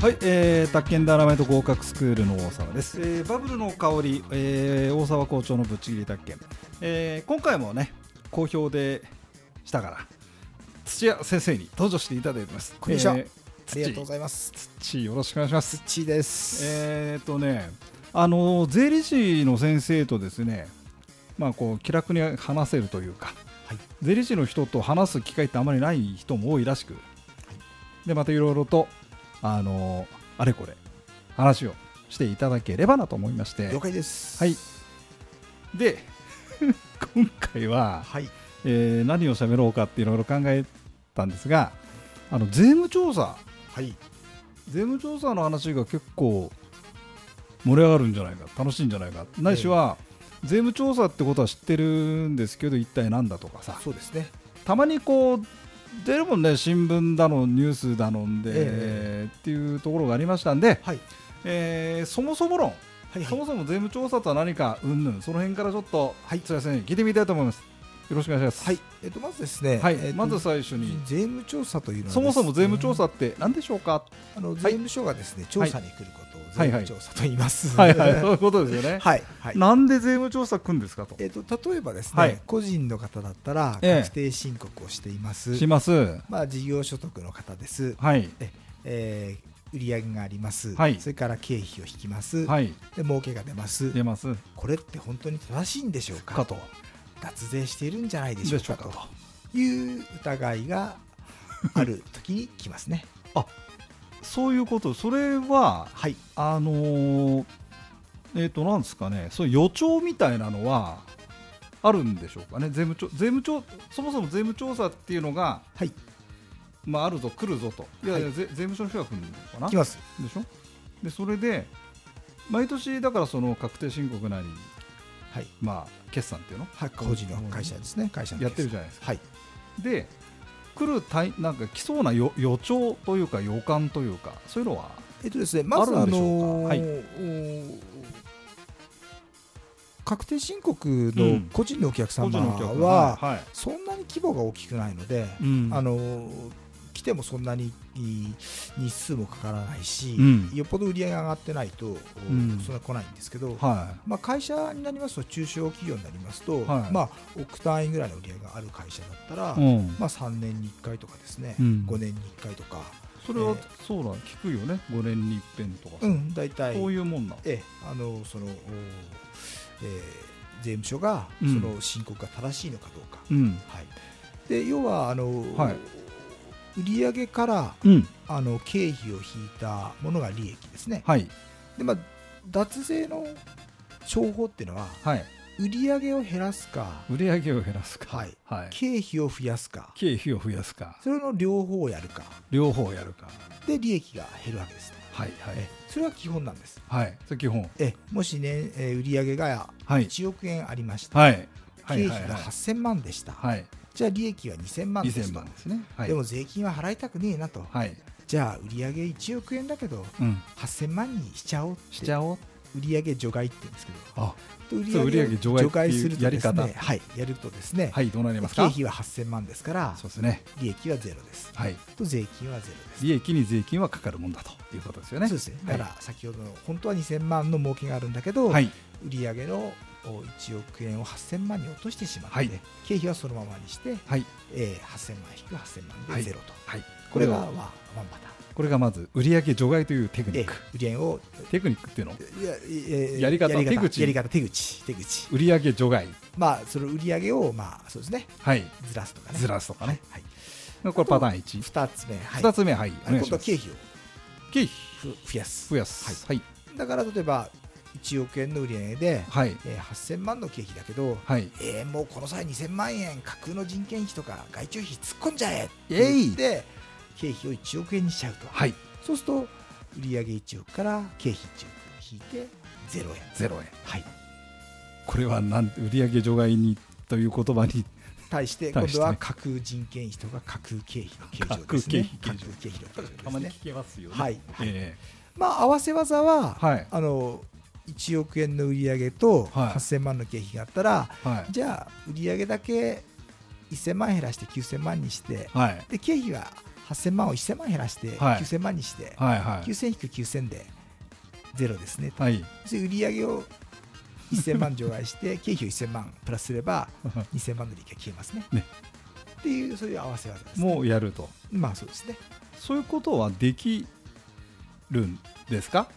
はい、えー、宅建ダーラメイト合格スクールの大沢です、えー、バブルの香り、えー、大沢校長のぶっちぎり宅建、えー、今回もね好評でしたから土屋先生に登場していただいてますこんにちはえーありがとうございます。土よろしくお願いします土です。えーっとねあの税理士の先生とですねまあこう気楽に話せるというか、はい税理士の人と話す機会ってあまりない人も多いらしく、でまたいろいろとあのあれこれ話をしていただければなと思いまして了解です。はいで 今回は、はい。えー何を喋ろうかっていろいろ考えたんですがあの税務調査はい。税務調査の話が結構盛り上がるんじゃないか楽しいんじゃないかないしは、税務調査ってことは知ってるんですけど一体なんだとかさそうですね。たまにこう出るもんね新聞だのニュースだのんで、えっていうところがありましたんで、はい。えーそもそも論、はい、そもそも税務調査とは何かうんぬんその辺からちょっと、はい津田先生に聞いてみたいと思いますよろしくお願いしますはい。えっ、と、まずですね。はいえっとまず最初に税務調査というのはですそね、もそも税務調査って何でしょうか、あの税務署がですね、調査に来ることを税はいはい務調査と言います。はいはい そうはいいうことですよね、はい。はいなんで税務調査来んですかとえっ、と、例えばですね、はい個人の方だったらええ確定申告をしています。しますまあ事業所得の方です。はいえー売り上げがあります、はいそれから経費を引きます、はいで儲けが出ます出ますこれって本当に正しいんでしょうかかと脱税しているんじゃないででししょょううかかとという疑いがある時に来ますね。そういうことそれ ははい、あのーえっ、となんですかねそういう予兆みたいなのはあるんでしょうかね税務調税務調そもそも税務調査っていうのが、はい、まあ、あるぞ来るぞといやいや、はぜ税務署の人が来るのかな来ます。でしょでそれで毎年だからその確定申告なりはい、まあ決算っていうの発行時の会社ですね、会社のやってるじゃゃないですかないですで来るタイなんか来そうな予予兆というか予感というかそういうのははい、えっとですね、まずああるんでしょうのかはいー確定申告うのん個人のお客様個人のお客様は、はいそんなに規模が大きくないので、うんあのー来てもそんなにいい日数もかからないし、うんよっぽど売り上げが上がってないと、んそんな来ないんですけど、はまあ、会社になりますと中小企業になりますと、はいまあ、億単位ぐらいの売り上げがある会社だったら、い、うんまあ、3年に1回とかですね、うん5年に1回とか、それはえそうだ、聞くよね5年に一遍とか、うん、大体そういうもんなのええあのその、おえー税務署がうそんの申告が正しいのかどうか、うんはい、で要はあの、はい売上からうんあの経費を引いたものが利益ですね、はいでまあ、脱税の商法っていうのは、はい売上を減らすか、売上を減らすかはい、はい経費を増やすか、経費を増やすかそれの両方をやるか、両方やるかで利益が減るわけですね。はいはえいそれは基本なんです。はいそれ基本えもしね、えー売上がはい1億円ありました、はいはい経はい費が8000万でした、はいじゃあ利益は2000万で2000すと万ですねはいでも税金は払いたくねえなと、はいじゃあ売上1億円だけど、うん8000万にしちゃおうって、しちゃおう売上除外って言うんですけど、あで売そう上売上を除外除外するとですっていうやねり、はい、やるとですね、はいどうなり経ますか費は8000万ですから、そうですね利益はゼロです。はいと税金はゼロです。利益に税金はかかるもんだということですよねそうですね。はだいから先ほどの本当は2000万の儲けがあるんだけど、はい売上のお1億円を8000万に落としてしまって、はい経費はそのままにして、はいえー8000万引く8000万はいでゼロと。はいこれがワをンワンパこれがまず売上除外というテクターニン。ックで、売上をテクニックっていうのいやえーやり方手口やり方、手口、手口。売上除外まあ、その売上を、まあ、そうですね、はいずらすとかね。ずらすとかねはい。これパターン1 2つ目、はい。二つ目はいおあの願い今し度まはす経費を経費ふ増やす。増やすはいだから例えば1億円の売り上げで、はいえー8000万の経費だけど、はいえーもうこの際2000万円架空の人件費とか外注費突っ込んじゃえって言って経費を1億円にしちゃうと、はいそうすると売上1億から経費1億引いて0円0円はいこれはなん売上除外にという言葉 に対して今対して度は架空人件費とか架空経費の計上です架ね空経費計上架空経費の計上ですねけますよはい、はいえまあ合わせ技は、えはいあの1億円の売り上げとはい8000万の経費があったら、はいじゃあ売上だけ1000万減らして9000万にしてはいで経費は8000万を1000万減らしてはい9000万にして、はいはい9000引く9000でゼロですねとはい それ売り上げを1000万除外して経費を1000万プラスすれば2000万の利益が消えますねねっていうそういう合わせ技です、ね、もうやるとまあそうですねそういうことはできるんですか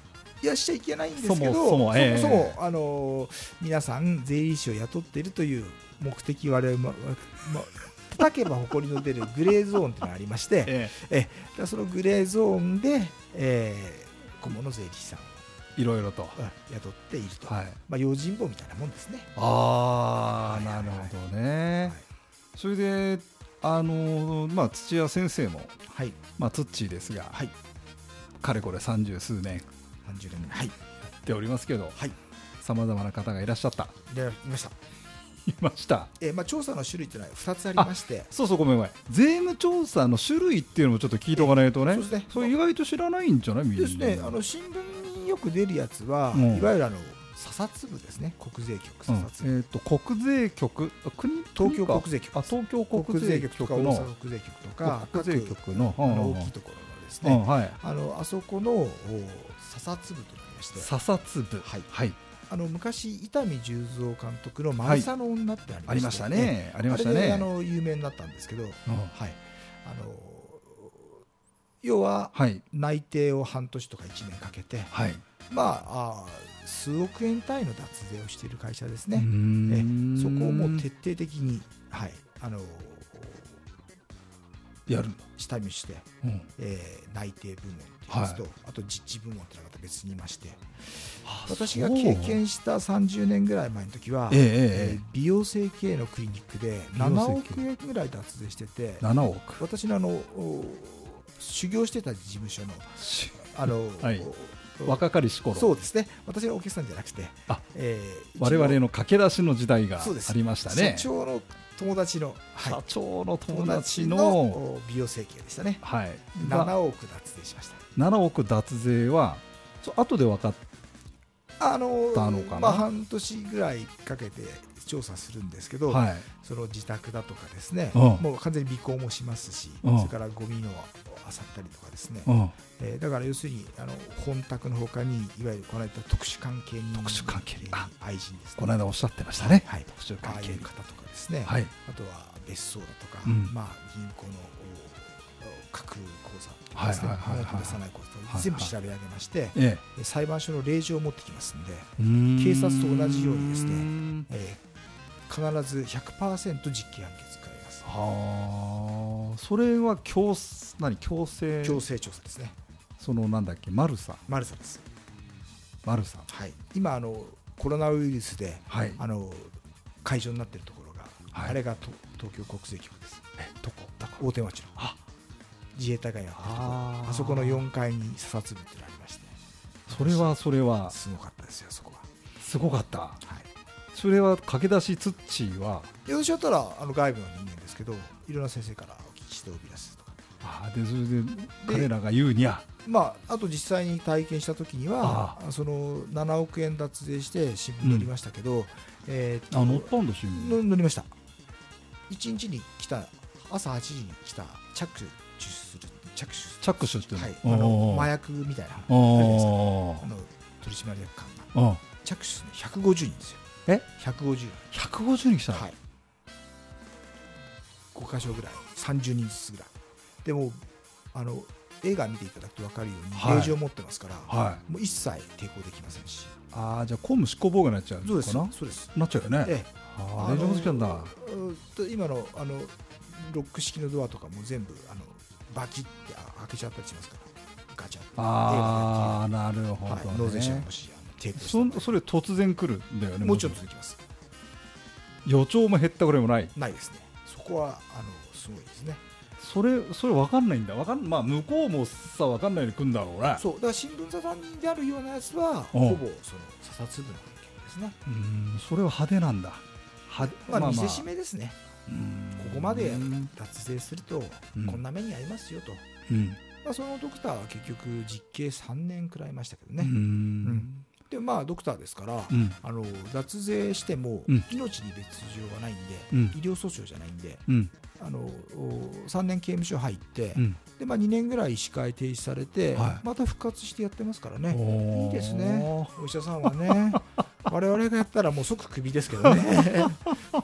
いやしちゃいけないんですけどそもそもええそもそもあのー皆さん税理士を雇っているという目的我々も、ま、叩けば埃の出るグレーゾーンというのがありまして、えだからそのグレーゾーンで、えー、顧問の税理士さんをえいろいろとうん雇っていると、はいまあ、用心棒みたいなもんですね。ああはいなはいるはいほどね、はいそれであのーまあ土屋先生もはい、まあツッチーですが、はいかれこれ三十数年や30年目、はい、っておりますけどはいさまざまな方がいらっしゃったでいました、いましたえーまあ、調査の種類というのは2つありまして、そうそうごめんごめん税務調査の種類っていうのもちょっと聞いておかないとね、ええそうですねれ意外と知らないんじゃないみんなですね、あの新聞によく出るやつは、うんいわゆるあの査察部ですね、国税局う査ん察部、えっ、と国税局あ国東京か国税局あ東京国国税税局局とかの大阪国税局とか、国税局の各あうのんうんうん大きいところのですうんね、はいあのあそこのお査察部となりまして、査察部はいはい、あの昔、伊丹十三監督の「マルサの女」ってあありりままししたたねありましたあれでねあの有名になったんですけど、うんはい、あの要ははい内定を半年とか1年かけて、はいまあ、あ数億円単位の脱税をしている会社ですうーね、んそこをもう徹底的に、はい、あのやるんだ、下見して、うん、えー内定部門というやつと、あと実地部門ってのがまた別にいまして私がそう経験した30年ぐらい前の時は、ええええええー美容整形のクリニックで美容整7億形円ぐらい脱税しててえ7億私のあのお修行してた事務所のしあの、はいお若かりし頃そうですね私のお客さんじゃなくて、あえー我々の駆け出しの時代がそうですありましたね社長の友達の、はい社長の友友達達ののお美容整形でしたねはい、 7億脱税しました7億脱税はそ後で分かっあのたのかなまあ、半年ぐらいかけて調査するんですけた、ど、はい、その自宅だとかですね、うんもう完全に尾行もしますし、うんそれからゴミのを漁ったりとかですね、うん、えーだから要するにあの本宅のほかにいわゆるこの間特殊関係人特殊関係人あ愛人ですねこの間おっしゃってましたね、はい、特殊あ関あい係う人方とかですね、はいあとは別荘だとか、うんまあ、銀行のお架空口座とかですねはいはいはいはい物を出さない口座とはいかはい全部調べ上げまして、ええ裁判所の令状を持ってきますんで、えうーん警察と同じようにですねえー必ず100%実刑判決があります。はあそれは強何強制強制調査ですね。そのなんだっけマルサマルサです。マルサはい。今あのコロナウイルスで、はいあの会場になっているところが、はいあれがと東京国税局です。えどこどこ大手町のあ自衛隊がやってるところああーそこの4階に査察部っていうのがありまして、それはそれはすごかったですよそこは。すごかったはい。それは駆け出しツッチーはで私だったらあの外部の人間ですけど、いろんな先生からお聞きしておび出すとか。ああでそれで彼らが言うにゃまあ、あと実際に体験した時にはその7億円脱税して新聞載りましたけど、えーっとあ乗ったんだ新聞の乗りました1日に来た朝8時に来た着手する着手す着手してるるはいあおーの麻薬みたいなあるじゃないですかおーあの取締役官がうん着手するの150人ですよえ150人150人来たの、はい5箇所ぐらい30人ずつぐらいでもあの映画見ていただくと分かるように、はい令状持ってますから、はもう一切抵抗できませんし、ああじゃあ公務執行妨害になっちゃうのかなそうです。なっちゃうよね、ええ、ああ令状もつけたんだ、あのうーん今のあのロック式のドアとかも全部あのバキってあ開けちゃったりしますから、ガチャって。ああなるほ映画のやつはい、ど納税者がねもしあのテープしてそんそれ突然来るんだよねもちろんもち続きます。ろん予兆も減ったぐらいもないないですね。そこはあのすごいですね。それそれ分かんないんだわかん、まあ、向こうもさ分かんないで来るんだろうねそうだから新聞沙汰にであるようなやつはうんほぼその査察部の案件ですね。うーんそれは派手なんだ派手まあ見せしめですね。うーんここまでうん脱税するとうんこんな目に遭いますよと。まあそのドクターは結局実刑3年くらいましたけどうね。んでまあドクターですから、うんあの脱税してもうん命に別状がないんで、うん医療訴訟じゃないんでうんあのお3年刑務所入って、うんでまあ、2年ぐらい医師会停止されて、はいまた復活してやってますからねおーいいですねお医者さんは ね我々がやったらもう即クビですけどねあ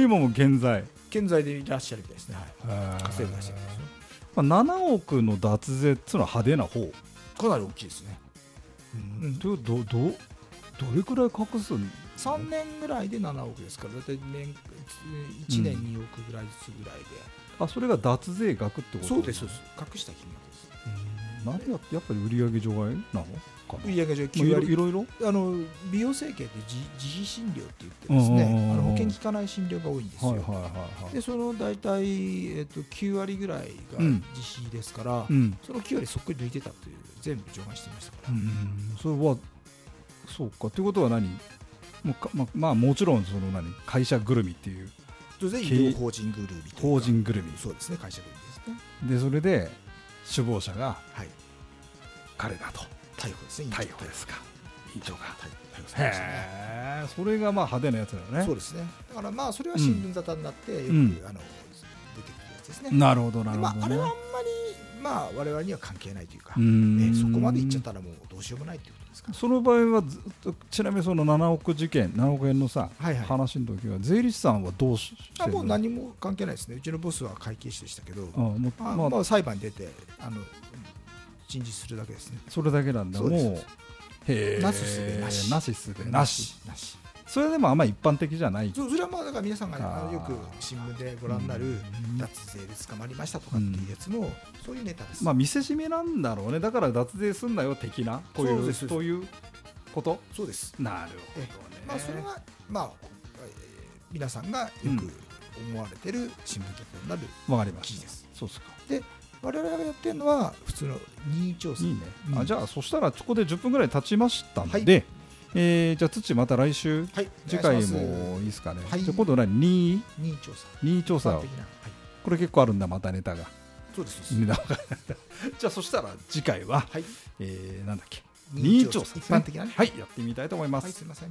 今も現在健在でいらっしゃるみたいですね、はい、稼稼いでらっしゃるみたいですねまあ、7億の脱税っていうのは派手な方、かなり大きいですねうん、どどどどれくらい隠すん3年ぐらいで7億ですから大体年1年2億ぐらいずつぐらいで、あそれが脱税額ってことす隠した金額ですなんでややっぱり売上除外なのかな売上上まあい9ろい割ろいろあの美容整形って自自費診療って言ってですねうんうんうんうんあの保険効かない診療が多いんですよ、はいはいはいはいでその大体、えっと9割ぐらいがうん自費ですから、うん、その9割そっくり抜いてたという全部除外してましたから、うん、それはそうかということは何もうかまあまあもちろんその何会社ぐるみっていう当然医療法人グルービというか法人ぐるみそうですね会社グルービですねでそれで首謀者がはい彼だと逮捕ですね逮捕ですか委員長が逮捕逮捕されましたねへえそれがまあ派手なやつだよねそうですね。だからまあそれは新聞沙汰になってよく、うんあの出てくるやつですね。なるほどなでるまあほど、ねあれはあんまりまあ我々には関係ないというか、うーんねそこまで行っちゃったらもうどうしようもないということですか。その場合はずっとちなみにその7億事件7億円のさ、はいはい話の時は税理士さんはどうししてあるのもう何も関係ないですね。うちのボスは会計士でしたけど、あもうまあ、まあまあ裁判に出てあの陳述するだけですね。それだけなんだそもううですへえなすすべなしなしすべなしなし。それでもあんまり一般的じゃないそそれはまあだから皆さんがああーのよく新聞でご覧になるうん脱税で捕まりましたとかっていうやつもそういうネタです。まあ見せしめなんだろうねだから脱税すんなよ的なこうそういでうすそういうことそうです。なるほどえねえまあ、それは、まあ、えー皆さんがよく思われてる新聞記事になる、わかりま記し事たですそうっすか我々がやってるのは普通の任意調査いいね、うあんじゃあそしたらここで10分ぐらい経ちましたので、はえーじゃあ土また来週はい次回お願いしまもすいいですかね、はいじゃあ今度は何任意任意調査任意調査一を般的な、はい、これ結構あるんだまたネタが そうですそうです値段がじゃあそしたら次回は、はいえーなんだっけ任意調査任意調査ですね一般的なねはいやってみたいと思います、はいすいません